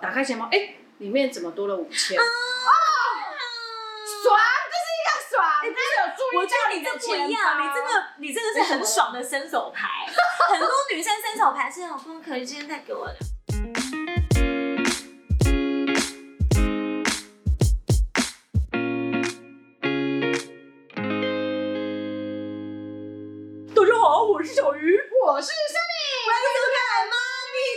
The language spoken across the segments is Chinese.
打开钱包，哎、里面怎么多了五千？爽，啊这是一个爽，你有注 我意觉到得你的这不钱一样，你包这个你这个是很爽的伸手牌，很多女生伸手牌是老公可以今天再给我的。大家好，我是小鱼，我是 Money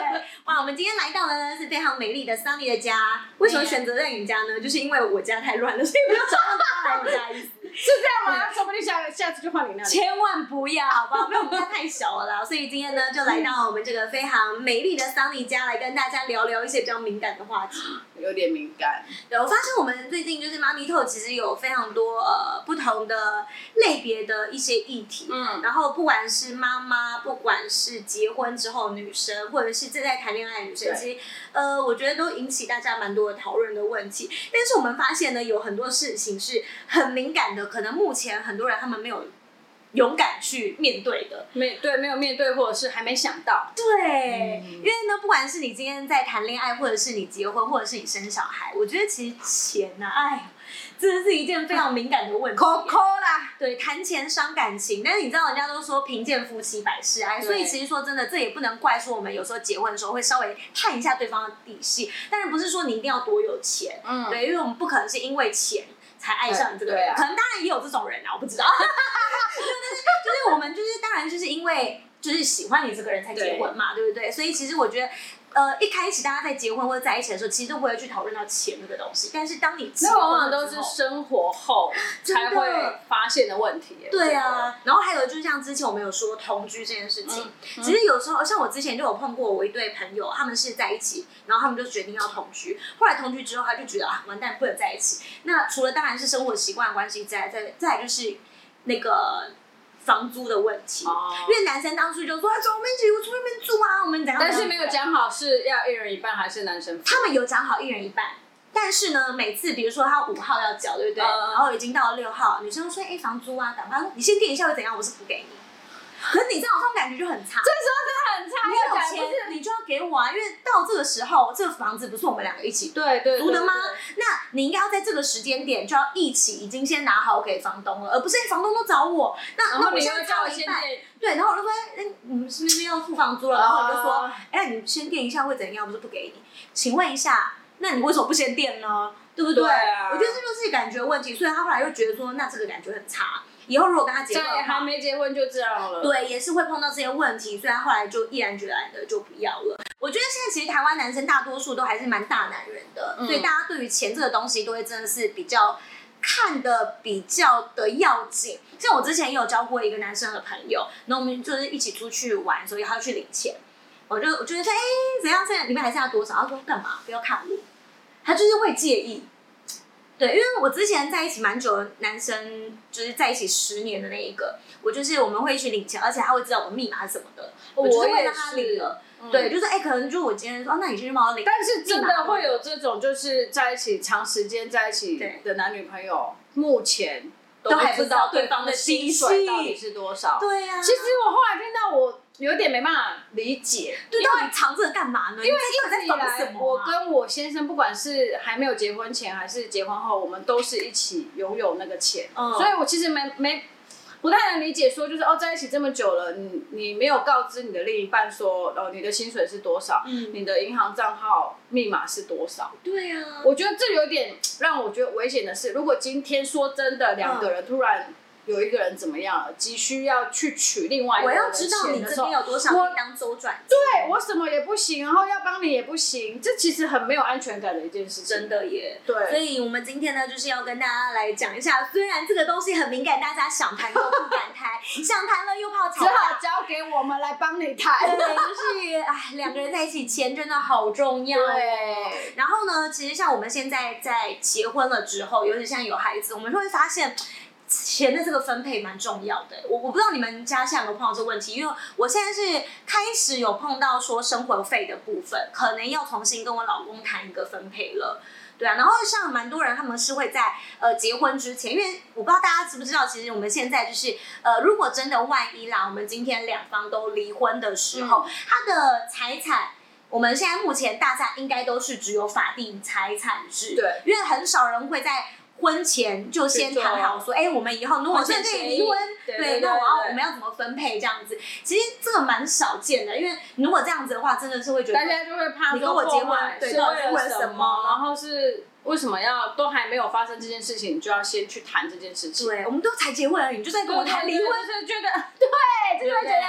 Talk 哇，我们今天来到的呢是非常美丽的 Sunny 的家。为什么选择在你家呢？就是因为我家太乱了，所以我就找到大家来我家一起。是这样吗？说不定下下次就换你那里。千万不要，好不好？因为我们家太小了啦，所以今天呢，就来到我们这个非常美丽的桑尼家，来跟大家聊聊一些比较敏感的话题。有点敏感，对，我发现我们最近就是妈咪透，其实有非常多呃不同的类别的一些议题。嗯，然后不管是妈妈，不管是结婚之后女生，或者是正在谈恋爱的女生，对其实呃，我觉得都引起大家蛮多的讨论的问题。但是我们发现呢，有很多事情是很敏感的，可能目前很多人他们没有勇敢去面对的。没对，没有面对，或者是还没想到，对，嗯因为呢，不管是你今天在谈恋爱，或者是你结婚，或者是你生小孩，我觉得其实钱呢、哎呀，真的是一件非常敏感 的问题。抠抠啦，对，谈钱伤感情，但是你知道人家都说贫贱夫妻百事哀，所以对其实说真的，这也不能怪说我们有时候结婚的时候会稍微探一下对方的底细，但是不是说你一定要多有钱，嗯对，因为我们不可能是因为钱才爱上你这个哎人，对对啊可能当然也有这种人啊，我不知道， 对但是就是我们就是当然就是因为就是喜欢你这个人才结婚嘛，对不对？所以其实我觉得。呃，一开始大家在结婚或者在一起的时候，其实都不会去讨论到钱这个东西。但是当你结那往婚往了都之是后生活 后真的才会发现的问题。对啊，然后还有就是像之前我们有说同居这件事情，嗯其实有时候像我之前就有碰过我一对朋友，他们是在一起，然后他们就决定要同居，后来同居之后他就觉得啊完蛋不能在一起。那除了当然是生活习惯的关系之外，再再来就是那个房租的问题。哦，因为男生当初就说，啊走，我们一起出去外面住啊，我们怎样？但是没怎有样讲好是要一人一半还是男生付？他们有讲好一人一半，但是呢，每次比如说他五号要缴，对不对？嗯然后已经到了六号，女生说：“哎、房租啊，赶快，你先垫一下会怎样？我是不给你。”可是你知道这种感觉就很差，很差你有钱你就要给我啊，因为到这个时候，这个房子不是我们两个一起对对，租的对吗？对那你应该要在这个时间点就要一起已经先拿好给房东了，而不是、哎房东都找我，那然那后我你现又在叫差我了一先半，垫，对，然后我就说，哎、你们是不是要付房租了？然后我就说，哎、你先垫一下会怎样？我说不给你。请问一下，那你为什么不先垫呢？对不对？对啊我觉得这就是感觉问题，所以他后来又觉得说，那这个感觉很差。以后如果跟他结婚在的还话，没结婚就这样了。对，也是会碰到这些问题，所以他后来就毅然决然的就不要了。我觉得现在其实台湾男生大多数都还是蛮大男人的，所以大家对于钱这个东西都会真的是比较看的比较的要紧。像我之前也有交过一个男生的朋友，那我们就是一起出去玩，所以他要去领钱，我就我就会说，哎、怎样？现在里面还剩下多少？他说干嘛？不要看我，他就是会介意。对，因为我之前在一起蛮久的男生，就是在一起十年的那一个，我就是我们会一起领钱，而且他会知道我密码是什么的，我就是会让他领了。嗯对，就是哎、可能就我今天说，哦那你先去帮我领。但是真的会有这种，就是在一起长时间在一起对的男女朋友，目前都都还不不知知道道对对方方的的薪水薪水到到底底是多少。对呀、其实我后来听到，我有点没办法理解，对，到底藏着干嘛呢？因为一直在以防什来，么我啊、跟我先生，不管是还没有结婚前还是结婚后，我们都是一起拥有那个钱，嗯所以我其实没没不太能理解说，就是哦，在一起这么久了，你你没有告知你的另一半说，哦，你的薪水是多少，嗯你的银行账号密码是多少。对呀、啊，我觉得这有点让我觉得危险的是，如果今天说真的，两个人突然有一个人怎么样了，急需要去取另外一个我人要的知道钱你的这时候边有多少我可以当周转。对我什么也不行，然后要帮你也不行，这其实很没有安全感的一件事情。真的耶。对所以我们今天呢，就是要跟大家来讲一下，虽然这个东西很敏感，大家想谈又不敢 谈，想谈了又怕只吵好架。交给我们来帮你谈。对，就是哎，两个人在一起，钱真的好重要哦。对然后呢，其实像我们现在在结婚了之后，尤其像有孩子，我们就会发现。钱的这个分配蛮重要的，我我不知道你们家现在有没有碰到这个问题，因为我现在是开始有碰到说生活费的部分，可能要重新跟我老公谈一个分配了，对啊，然后像蛮多人他们是会在呃结婚之前，因为我不知道大家知不知道，其实我们现在就是呃，如果真的万一啦，我们今天两方都离婚的时候，他的财产我们现在目前大家应该都是只有法定财产制，对，因为很少人会在婚前就先谈好说，哎、我们以后如果真的可以离婚，对对对那我要对我们要怎么分配这样子？其实这个蛮少见的，因为如果这样子的话，真的是会觉得大家就会怕你说跟我结婚后来对是啊到底是为为了了什什么么，然后是为什么要都还没有发生这件事情，你就要先去谈这件事情。对，我们都才结婚而已，你就在跟我谈离婚，就是觉得对，就会觉得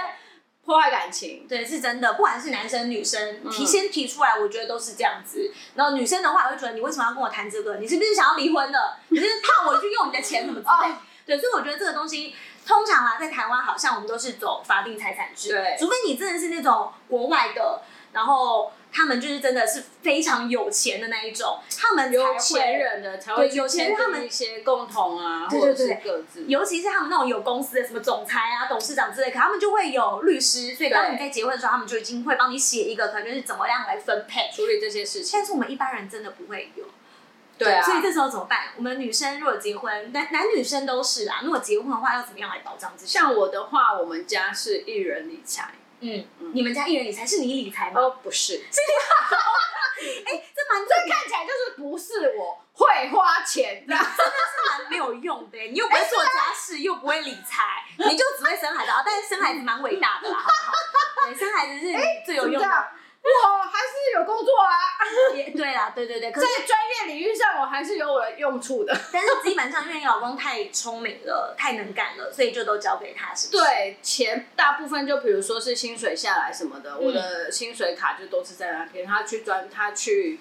破坏感情。对，是真的，不管是男生女生，提嗯先提出来，我觉得都是这样子。然后女生的话，我就觉得你为什么要跟我谈这个？你是不是想要离婚的？你是怕我去用你的钱什么之哦类的？对，所以我觉得这个东西，通常啊，在台湾好像我们都是走法定财产制，对除非你真的是那种国外的，然后他们就是真的是非常有钱的那一种，他们才有会钱人的才会对有钱人去签他订们一些共同啊，对或者对对是各自。尤其是他们那种有公司的什么总裁啊、董事长之类，可他们就会有律师，所以当对你在结婚的时候，他们就已经会帮你写一个，可能就是怎么样来分配。处理这些事情，但是我们一般人真的不会有，对啊，所以这时候怎么办？我们女生如果结婚，男男女生都是啦，如果结婚的话，要怎么样来保障自己？像我的话，我们家是一人理财，嗯，你们家一人理财是你理财吗？哦，不 是，哎、这蛮这看起来就是不是我会花钱的，蛮没有用的、欸你又不会做家事，又不会理财，你就只会生孩子啊！但是生孩子蛮伟大的啦，好不好？对，生孩子是最有怎么用这的样。我还是有工作啊，也对啦，对对对，可是在专业领域上我还是有我的用处的。但是基本上因为你老公太聪明了，太能干了，所以就都交给他，是不是？对，钱大部分就比如说是薪水下来什么的，我的薪水卡就都是在那边，他去专他去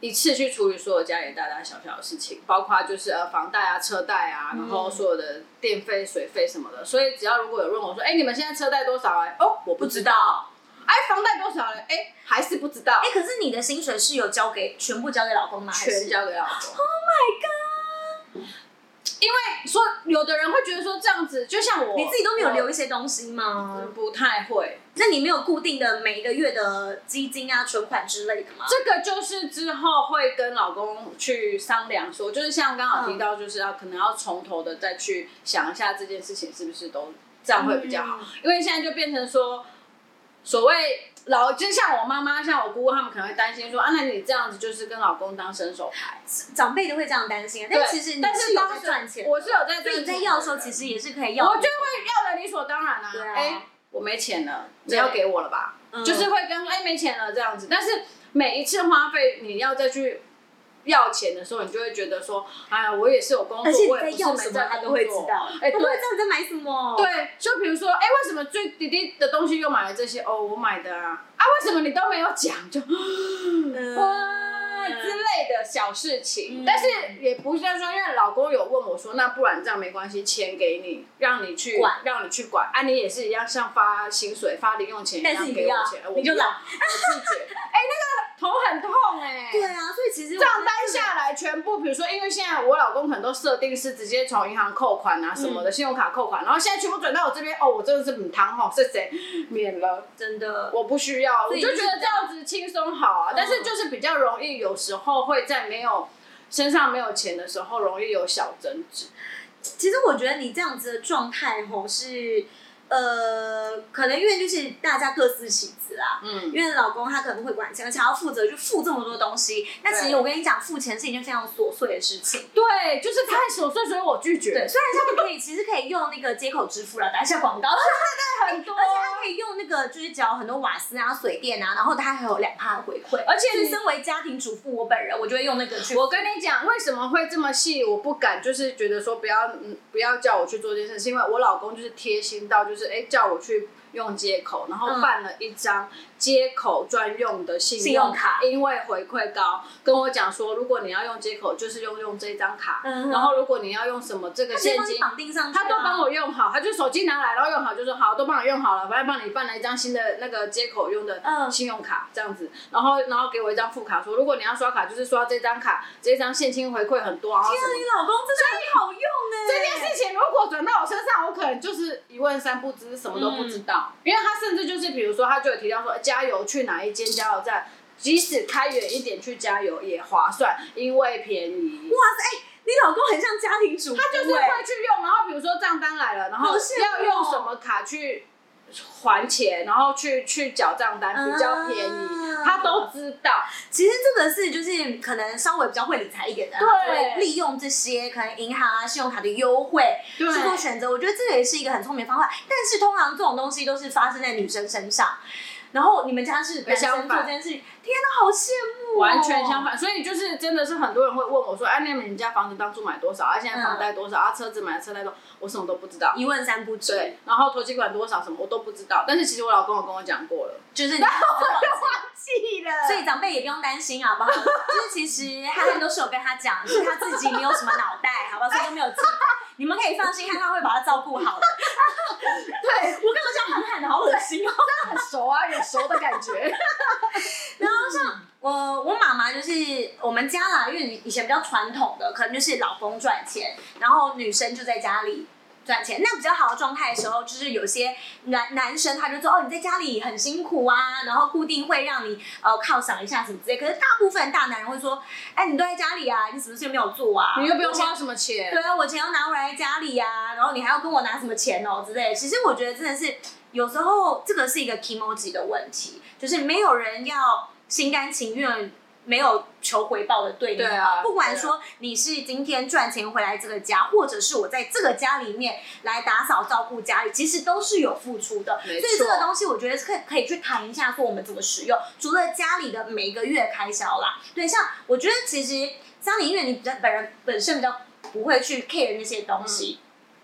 一次去处理所有家里大大小小的事情，包括就是呃房贷啊、车贷啊，然后所有的电费、水费什么的。所以只要如果有问我说，哎、你们现在车贷多少、啊？哦，我不知道。哎，房贷多少嘞？哎、还是不知道哎、。可是你的薪水是有交给全部交给老公吗？还是全交给老公。 Oh my god！因为说哎有的人会觉得说这样子，就像我，你自己都没有留一我嗯些东西吗？不太会。那你没有固定的每一个月的基金啊、存款之类的吗？这个就是之后会跟老公去商量说，就是像刚好嗯提到，就是要、可能要从头的再去想一下这件事情是不是都这样会比较好，嗯因为现在就变成说，所谓老就像我妈妈、像我姑姑他们可能会担心说啊，那你这样子就是跟老公当伸手牌，长辈都会这样担心啊，对但其实你但是是有当在时赚钱的，我是有在所赚以你钱，在要的时候其实也是可以要的。我就会要的理所当然啊对啊，哎、我没钱了，你要给我了吧？嗯就是会跟说哎、没钱了这样子，但是每一次花费你要再去要钱的时候，你就会觉得说，哎呀，我也是有工而作，且你我在也不要是什没么，他在都工会知作道。哎、对他都会知道你在买什么。，对，就比如说，哎、为什么最弟弟的东西又买了这些？哦，我买的啊，啊，为什么你都没有讲？就哇之类的小事情，嗯但是也不是说，因为老公有问我说，那不然这样没关系，钱给你，让你去管让你去管，啊，你也是一样，像发薪水、发零用钱一但是样你不给我要钱，哎我，你就不要懒。我 自己，哎、那个头很痛哎、对啊，所以其实我账觉得单下来，全部比如说，因为现在我老公很多设定是直接从银行扣款啊什么嗯的，信用卡扣款，然后现在全部转到我这边，哦，我真的是很汤吼，是谁免了，真的，我不需要，我所以就就是觉得这样子轻松好啊。但是就是比较容易，有时候会在没有身上没有钱的时候，容易有小争执。其实我觉得你这样子的状态吼是，呃，可能因为就是大家各司其职啦。嗯，因为老公他可能会管钱，而且还要负责去付这么多东西。那其实对我跟你讲，付钱是一件非常琐碎的事情。对，就是太琐碎，所以我拒绝。对，虽然他们可以，其实可以用那个接口支付了，打一下 广告，很多啊而且他可以用那个就是缴很多瓦斯啊、水电啊，然后他还有两趴的回馈。而且就你是身为家庭主妇，我本人我就会用那个去。我跟你讲，为什么会这么细？我不敢，就是觉得说不要，嗯，不要叫我去做这件事，是因为我老公就是贴心到，就是哎、叫我去用接口，然后办了一张接口专用的信嗯信用卡因为回馈高，跟我讲说，如果你要用接口，就是用用这张卡，嗯哼然后如果你要用什么这个他先现帮你金。绑定上去啊、他都帮我用好，他就手机拿来，然后用好，就说好，都帮我用好了，反正帮你办了一张新的那个接口用的嗯信用卡，这样子，然后然后给我一张副卡，说如果你要刷卡，就是刷这张卡，这张现金回馈很多啊。然后天什啊，你么老公真的很好用欸呢、这件事情如果转到我身上，我可能就是一问三不知，什么都不知道，因为他甚至就是比如说，他就有提到说加油去哪一间加油站，即使开远一点去加油也划算，因为便宜。哇塞，哎、你老公很像家庭主妇、他就是哎会去用，然后比如说账单来了，然后好羡慕哦要用什么卡去还钱，然后去去缴账单比较便宜，啊他都知道。其实这个是就是可能稍微比较会理财一点的啊，对就会利用这些可能银行啊、信用卡的优惠对去做选择。我觉得这个也是一个很聪明的方法，但是通常这种东西都是发生在女生身上。然后你们家是男相生做反这件事情，天哪，好羡慕、哦！完全相。反，所以就是真的是很多人会问我说：“哎、啊，那你们家房子当初买多少？啊，现在房贷多少？啊，车子买了车贷多少？”我什么都不知道。一问三不知，对，然后投期款多少什么我都不知道，但 是其实我老公有跟我讲过了，就是你所记了，以长辈也不用担心，好不好？就是其实憨憨都是有跟他讲，是他自己没有什么脑袋，好不好？所以都没有记得。你们可以放心，憨憨会把他照顾好的。对，我跟我讲憨憨的好恶心哦。很熟啊，有熟的感 觉。然后像我我妈妈就是我们家啦，因为以前比较传统的，可能就是老公赚钱，然后女生就在家里。赚钱那比较好的状态的时候，就是有些男男生他就说哦你在家里很辛苦啊，然后固定会让你呃犒赏一下什么之类。可是大部分大男人会说，哎、你都在家里啊，你什么事没有做啊？你又不用我钱花什么钱对，啊，我钱要拿回来家里呀、然后你还要跟我拿什么钱哦之类的。其实我觉得真的是有时候这个是一个 emoji 的问题，就是没有人要心甘情愿。没有求回报的对你，对啊不管对啊说你是今天赚钱回来这个家，或者是我在这个家里面来打扫照顾家里，其实都是有付出的。所没以这个错东西，我觉得可以可以去谈一下，说我们怎么使用。除了家里的每个月开销啦，对，像我觉得其实像你，因为你比较本人本身比较不会去 care 那些东西。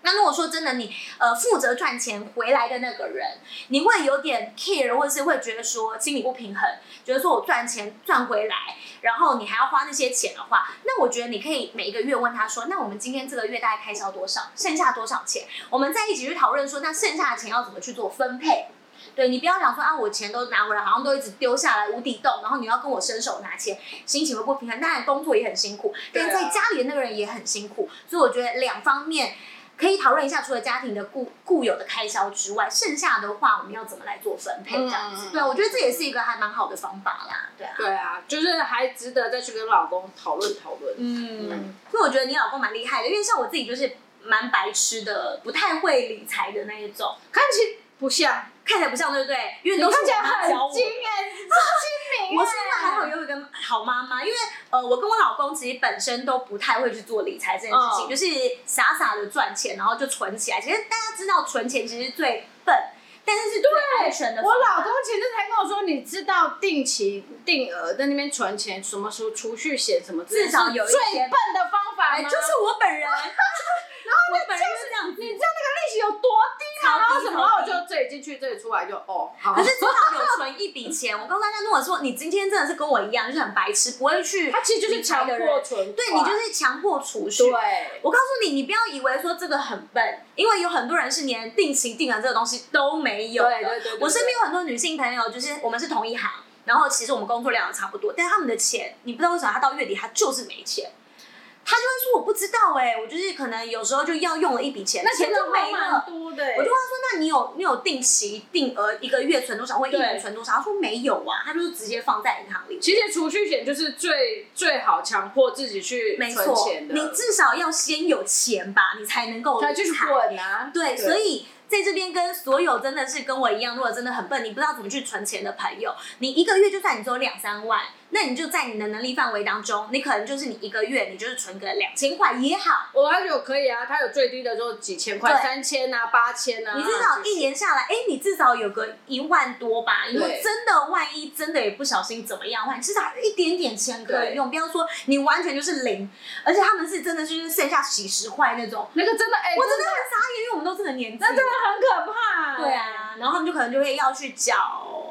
那如果说真的你呃负责赚钱回来的那个人，你会有点 care，或者是会觉得说心里不平衡，觉得说我赚钱赚回来，然后你还要花那些钱的话，那我觉得你可以每一个月问他说，那我们今天这个月大概开销多少，剩下多少钱，我们再一起去讨论说，那剩下的钱要怎么去做分配。对你不要想说啊，我钱都拿回来，好像都一直丢下来无底洞，然后你要跟我伸手拿钱，心情会不平衡。当然工作也很辛苦，但对啊在家里的那个人也很辛苦，所以我觉得两方面可以讨论一下，除了家庭的固固有的开销之外，剩下的话我们要怎么来做分配这样子。嗯嗯嗯对，啊我觉得这也是一个还蛮好的方法啦，对啊。对啊，就是还值得再去跟老公讨论讨论。嗯，所以我觉得你老公蛮厉害的，因为像我自己就是蛮白痴的，不太会理财的那一种，看起不像，看起来不像对不对？因为你都看是起来我妈教很我精的。哎，你是精明哎。我现在还好有一个好妈妈，因为呃，我跟我老公其实本身都不太会去做理财这件事情，嗯就是傻傻的赚钱，然后就存起来。其实大家知道存钱其实最笨，但是是最安全的方我法。老公前阵才跟我说，你知道定期定额在那边存钱，什么时候储蓄险什么之类的，至少有一是最些笨的方法哎吗？就是 我本人，然后我本人就是这样子你知道那个利息有多低超吗？低啊然后什么，然后超我低就这里进去，这里出来就哦，好。可是至少有存一笔钱。我告诉大家，如果说你今天真的是跟我一样，就是很白痴，不会去，他其实就是强的迫人，存款，对你就是强迫储蓄。对。我告诉你，你不要以为说这个很笨，因为有很多人是连定期定额这个东西都没有的。对对对对对我身边有很多女性朋友，就是我们是同一行，然后其实我们工作量也差不多，但是他们的钱，你不知道为什么他到月底他就是没钱。他就会说我不知道哎、我就是可能有时候就要用了一笔钱，那钱钱就就没了蛮。多的欸，我就问他说：“那你有你有定期定额一个月存多少，或一年对存多少？”他说没有啊，他就是直接放在银行里。其实储蓄险就是最最好强迫自己去没存错，钱的，你至少要先有钱吧，你才能够才去理财滚啊。对，所以在这边跟所有真的是跟我一样，如果真的很笨，你不知道怎么去存钱的朋友，你一个月就算你只有两三万，那你就在你的能力范围当中，你可能就是你一个月你就是存个两千块也好，我还有可以啊，它有最低的时候几千块，对三千啊，八千啊，你至少一年下来，哎、你至少有个一万多吧。你说对真的，万一真的也不小心怎么样的话，你至少还有一点点钱可以对用，不要说你完全就是零，而且他们是真的就是剩下几十块那种，那个真的哎，我真的很傻眼，因为我们都这个年纪那。真的很可怕。对，啊，然后他们就可能就会要去缴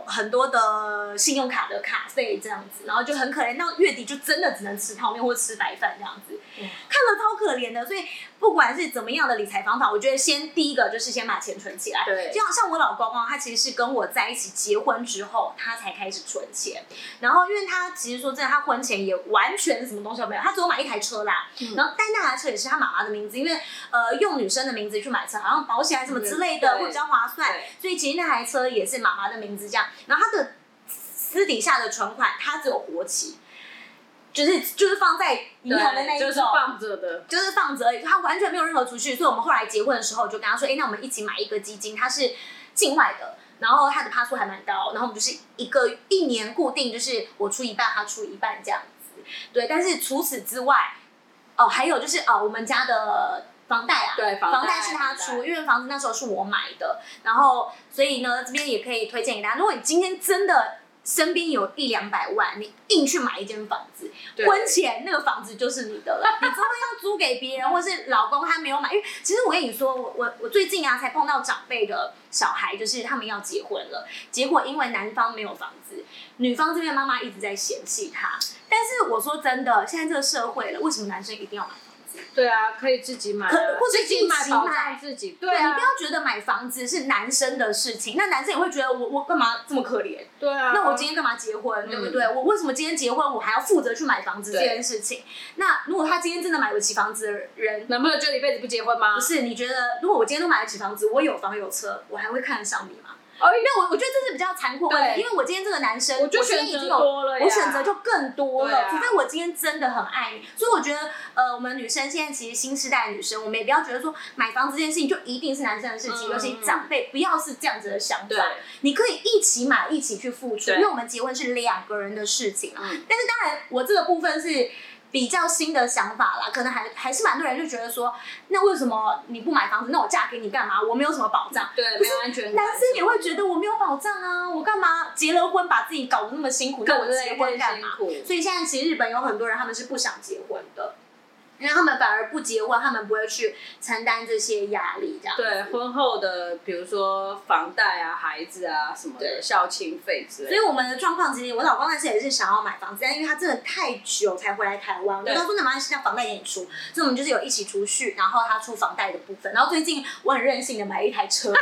很多的信用卡的卡费这样子，然后就很可怜，到月底就真的只能吃泡面或吃白饭这样子，嗯看了超可怜的。所以不管是怎么样的理财方法，我觉得先第一个就是先把钱存起来。对就像像我老公哦，他其实是跟我在一起结婚之后，他才开始存钱。然后因为他其实说真的，他婚前也完全什么东西都没有，他只有买一台车啦。嗯然后但那台车也是他妈妈的名字，因为呃用女生的名字去买车，好像保险还是什么之类的嗯对会比较划算对，所以其实那台车也是妈妈的名字这样。然后他的私底下的存款，他只有活期，就是就是放在银行的那一种。就是放着的，就是放着而已，他完全没有任何储蓄，所以我们后来结婚的时候就跟他说，哎、那我们一起买一个基金，它是境外的，然后他的趴数还蛮高，然后我们就是一个一年固定就是我出一半，他出一半这样子。对，但是除此之外，哦，还有就是哦，我们家的房贷啊，对，房房贷是他房出，贷，因为房子那时候是我买的，然后所以呢，这边也可以推荐给大家，如果你今天真的身边有一两百万，你硬去买一间房子，对婚前那个房子就是你 的了，你真的要租给别人，或是老公他没有买，因为其实我跟你说，我我我最近啊才碰到长辈的小孩，就是他们要结婚了，结果因为男方没有房子，女方这边的妈妈一直在嫌弃他，但是我说真的，现在这个社会了，为什么男生一定要买房子？对啊，可以自己买啊，可或者自己自买己保买障自己，对对你啊不，要觉得买房子是男生的事情，那男生也会觉得我我干嘛这么可怜？对啊，那我今天干嘛结婚，对不对？我为什么今天结婚，我还要负责去买房子这嗯对件事情？那如果他今天真的买不起房子的人，男朋友就一辈子不结婚吗不？是你觉得，如果我今天都买得起房子，我有房有车，我还会看得上你吗？哦，那我我觉得这是比较残酷的问题，对因为我今天这个男生，我就今天选已经择有多了呀，我选择就更多对了，啊除非我今天真的很爱你。所以我觉得，呃，我们女生现在其实新时代的女生，我们也不要觉得说买房子这件事情就一定是男生的事情，嗯尤其长辈不要是这样子的想对法。你可以一起买，一起去付出，对因为我们结婚是两个人的事情啊。嗯但是当然，我这个部分是。比较新的想法啦，可能还还是蛮多人就觉得说，那为什么你不买房子？那我嫁给你干嘛？我没有什么保障。对，不没是有安全感，男生也会觉得我没有保障啊，我干嘛结了婚把自己搞得那么辛苦？那我更结累婚更干辛嘛？苦，所以现在其实日本有很多人他们是不想结婚的，因为他们反而不结婚，他们不会去承担这些压力，这样。对婚后的，比如说房贷啊、孩子啊什么对的孝亲费之类所的，以我们的状况其实，我老公那时也是想要买房子，但因为他真的太久才回来台湾，我对跟他说那没关系，那房贷给你出，所以我们就是有一起储蓄，然后他出房贷的部分，然后最近我很任性的买了一台车，对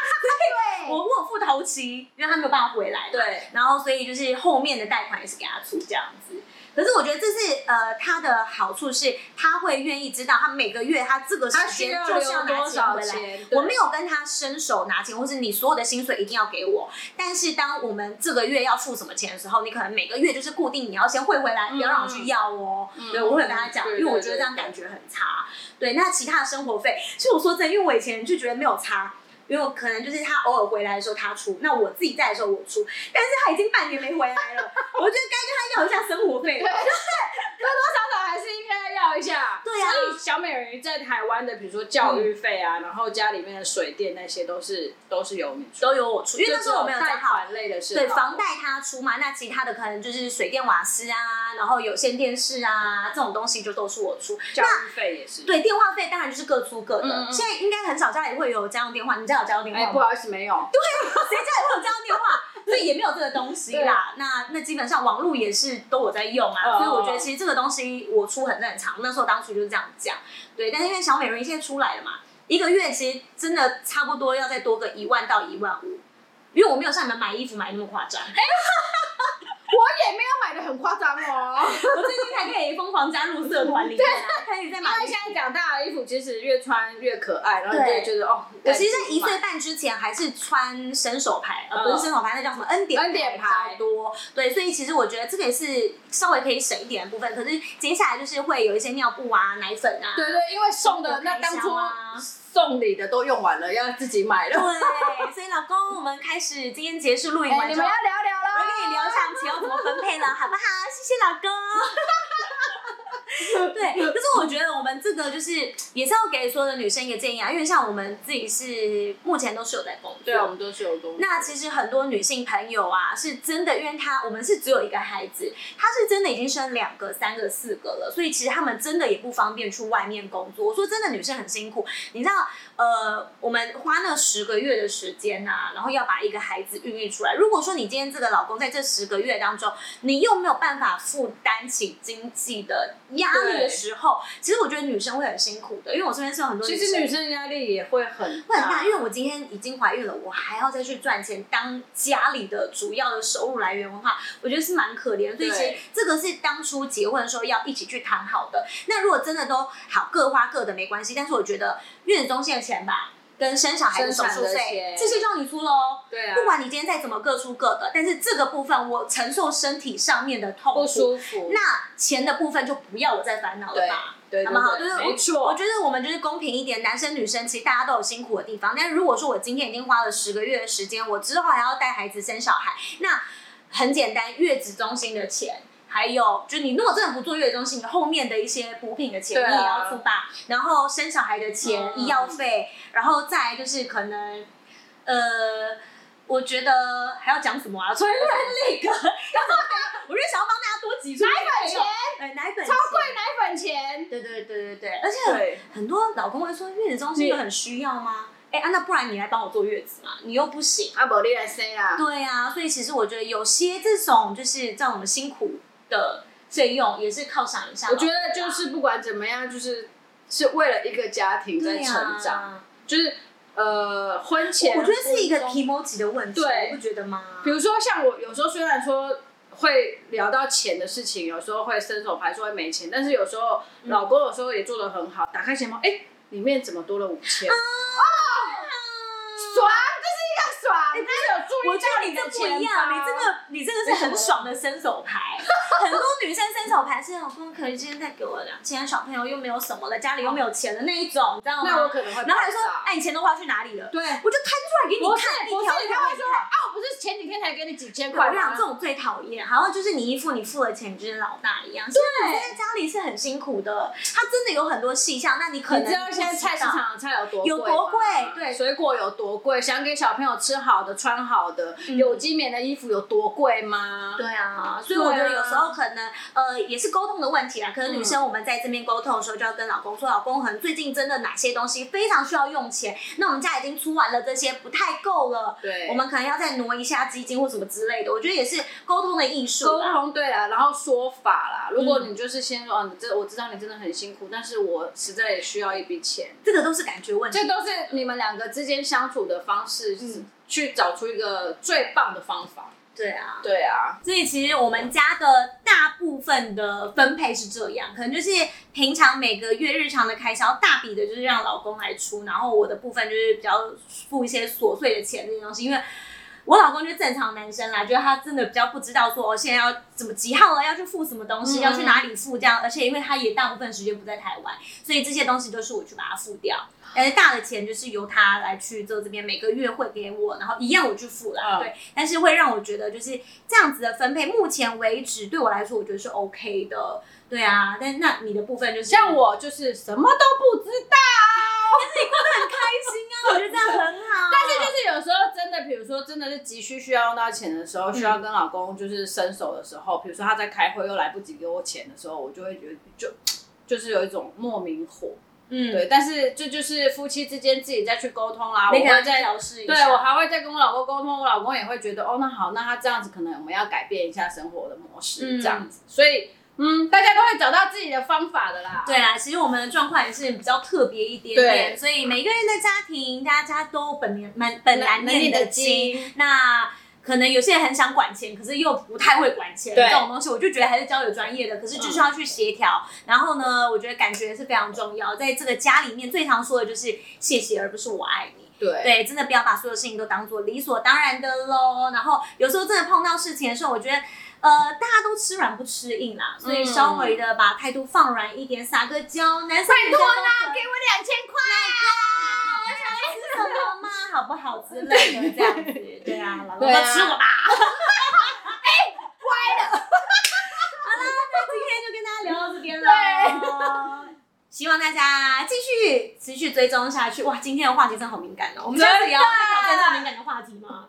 我我有付头期，因为他没有办法回来，对，然后所以就是后面的贷款也是给他出这样子。可是我觉得这是呃，他的好处是他会愿意知道他每个月他这个时他需间要就是要留拿多钱少回来。钱？对我没有跟他伸手拿钱，或是你所有的薪水一定要给我。但是当我们这个月要付什么钱的时候，你可能每个月就是固定你要先汇回来，嗯不要让我去要哦。嗯对，我会有跟他讲，对因为我觉得这样感觉很差。对，那其他的生活费，其实我说真的，因为我以前就觉得没有差。因为我可能就是他偶尔回来的时候他出，那我自己在的时候我出，但是他已经半年没回来 了，我觉得该跟他要一下生活费了。多少还是应该要一下。对啊嗯所以小美人鱼在台湾的，比如说教育费啊，然后家里面的水电那些，都是都是由你出，都有我出，因为那时候我没有贷讲好，款类的哦事，对，房贷他出嘛，那其他的可能就是水电瓦斯啊，然后有线电视啊这种东西就都是我出。教那育费也是。对电话费当然就是各出各的，嗯嗯嗯现在应该很少家里会有家用电话，你家有家用电哎，话不吗？好意思，没有。谁家里会有家用电话？所以也没有这个东西啦。那那基本上网络也是都我在用啊，哦所以我觉得其实这个东西我出很正常。那时候当初就是这样讲，对。但是因为小美人鱼现在出来了嘛，一个月其实真的差不多要再多个一万到一万五，因为我没有像你们买衣服买那么夸张。我也没有买的很夸 张哦。我最近还可以疯狂加入社团里面、啊，可以再买因为一现下。在长大的衣服其实越穿越可爱，然后你就对会觉得哦，我其实，在一该岁半之前还是穿伸手牌，呃，嗯不是伸手牌，那叫什么恩典恩典牌牌比较多。对，所以其实我觉得这个也是稍微可以省一点的部分。可是接下来就是会有一些尿布啊、奶粉啊，对对，因为送的那当初送礼的都用完了，要自己买了。 对。所以老公，我们开始今天结束录影哎，完你之们后，要聊聊啊我了们。跟你聊上期要怎么分配了，好不好？谢谢老公。对， 可是我觉得我们这个就是也是要给所有的女生一个建议啊，因为像我们自己是目前都是有在工作，对，啊我们都是有工作。那其实很多女性朋友啊，是真的，因为她我们是只有一个孩子，她是真的已经生两个、三个、四个了，所以其实她们真的也不方便去外面工作。我说真的，女生很辛苦，你知道，呃，我们花那十个月的时间呐、然后要把一个孩子孕育出来。如果说你今天这个老公在这十个月当中，你又没有办法负担起经济的压力的对时候，其实我觉得女生会很辛苦的，因为我身边是有很多其实女生压力也会很会很大，因为我今天已经怀孕了，我还要再去赚钱当家里的主要的收入来源的话，我觉得是蛮可怜。所以其实对这个是当初结婚的时候要一起去谈好的。那如果真的都好，各花各的没关系，但是我觉得月子中心的钱吧，跟生小孩的手生产术的费钱这些就要你出喽。对啊，不管你今天再怎么各出各的，但是这个部分我承受身体上面的痛苦，不舒服。那钱的部分就不要我再烦恼了吧。对好对不好？对，就是没我我错，觉得我们就是公平一点，男生女生其实大家都有辛苦的地方。但是如果说我今天已经花了十个月的时间，我之后还要带孩子生小孩，那很简单，月子中心的钱。还有，就是你如果真的不做月子中心，你后面的一些补品的钱对啊你也要付吧，然后生小孩的钱、嗯医药费，然后再来就是可能，呃，我觉得还要讲什么啊？突然突然那个， 然后我就想要帮大家多挤出奶粉钱，呃，奶粉超贵钱奶粉钱，对对对对对，而且对，很多老公会说月子中心有很需要吗？哎、啊，那不然你来帮我坐月子嘛，你又不行。阿啊伯你来 say 啦，对啊，所以其实我觉得有些这种就是这种辛苦的费用也是犒赏一下老我公觉吧。得就是不管怎么样，就是是为了一个家庭在对啊成长，。就是呃婚前我觉得是一个婚中 emoji 的问题，对你不觉得吗啊比？如说像我有时候虽然说会聊到钱的事情，有时候会伸手牌说会没钱，但是有时候嗯老公有时候也做的很好，打开钱包，哎、里面怎么多了五千？啊爽，这是一个哎爽，你有注我意觉到得你你这的不钱一啊样，你这包个你这个是很爽的伸手牌。很多女生伸手牌是老公可以今天再给我两千，小朋友又没有什么了，家里又没有钱的那一种，你知道吗？那我可能会然后还说爆炸，哎，你钱都花去哪里了？对我就摊出来给你不是看，一不条是，一条他会给你说看哦啊，我不是前几天才给你几千对我块跟你讲，吗这？种最讨厌，好像就是你一付你付了钱，你就是老大一样。现在女生在家里是很辛苦的，她真的有很多细项，那你可你能知道现在菜市场的菜有多贵吗有多贵对水果有多贵？想给小朋友吃好的、穿好的、有机棉的衣服有多贵吗？对啊，嗯所以我觉得有时候可能、呃也是沟通的问题啦。可能女生我们在这边沟通的时候，就要跟老公说，老公可能最近真的哪些东西非常需要用钱，那我们家已经出完了这些不太够了，对我们可能要再挪一下基金或什么之类的。我觉得也是沟通的艺术沟啦。通对啦，然后说法啦。如果你就是先说，哦，你这我知道你真的很辛苦，但是我实在也需要一笔钱，这个都是感觉问题这。都是你们两个之间相处的方式，嗯去找出一个最棒的方法。对啊，对啊，所以其实我们家的大部分的分配是这样，可能就是平常每个月日常的开销，大笔的就是让老公来出，然后我的部分就是比较付一些琐碎的钱这些东西，因为。我老公就是正常男生啦，就是他真的比较不知道说哦，现在要怎么几号了，要去付什么东嗯西，要去哪里付这样，而且因为他也大部分时间不在台湾，所以这些东西都是我去把它付掉。啊但是大的钱就是由他来去做这边每个月会给我，然后一样我去付嗯啦，对。但是会让我觉得就是这样子的分配，目前为止对我来说我觉得是 OK 的，对啊。但那你的部分就是像我就是什么都不知 道，很开心啊，我觉得这样很好。但是就是有时候真的，比如说真的是急需需要用到钱的时候，需要跟老公就是伸手的时候，嗯比如说他在开会又来不及给我钱的时候，我就会觉得就就是有一种莫名火。嗯，对，但是这就是夫妻之间自己再去沟通啦。我啊你可会能再再调试一下。对我还会再跟我老公沟通，我老公也会觉得哦，那好，那他这样子可能我们要改变一下生活的模式，嗯这样子。所以嗯，大家都会找到自己的方法的啦。对啊，其实我们的状况也是比较特别一点点，对所以每个人的家庭，大家都本年蛮本来难念念的的经。经，那可能有些人很想管钱，可是又不太会管钱对这种东西，我就觉得还是交给专业的。可是就是要去协嗯调。然后呢，我觉得感觉是非常重要，在这个家里面最常说的就是谢谢，而不是我爱你。对对，真的不要把所有事情都当做理所当然的喽。然后有时候真的碰到事情的时候，我觉得。呃，大家都吃软不吃硬啦，所以稍微的把态度放软一点，撒个娇，男生女生都可以给我两千块，啊我想要吃什么嘛， 好不好之类的这样子，对 啊，老公对啊都吃我吧。 哎，歪了。好啦，那今天就跟大家聊到这边了。希望大家继续持续追踪下去。哇，今天的话题真的好敏感哦！我们下次也要再挑战这么敏感的话题 吗？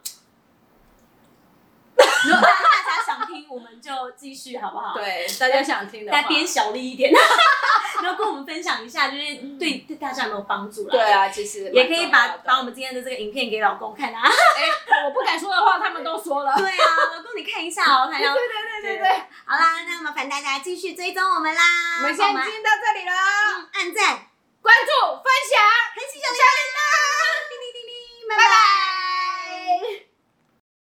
如果大家想听，我们就继续好不好？对，大家想听的话再，编小力一点， 然后跟我们分享一下，就是对对大家有没有帮助啦？对啊，其实也可以把把把我们今天的这个影片给老公看 啊。哎，我不敢说的话，他们都说了。对啊，老公你看一下哦，他 要。对对对对，好啦，那麻烦大家继续追踪我们啦，我们先帮进到这里了。嗯按赞、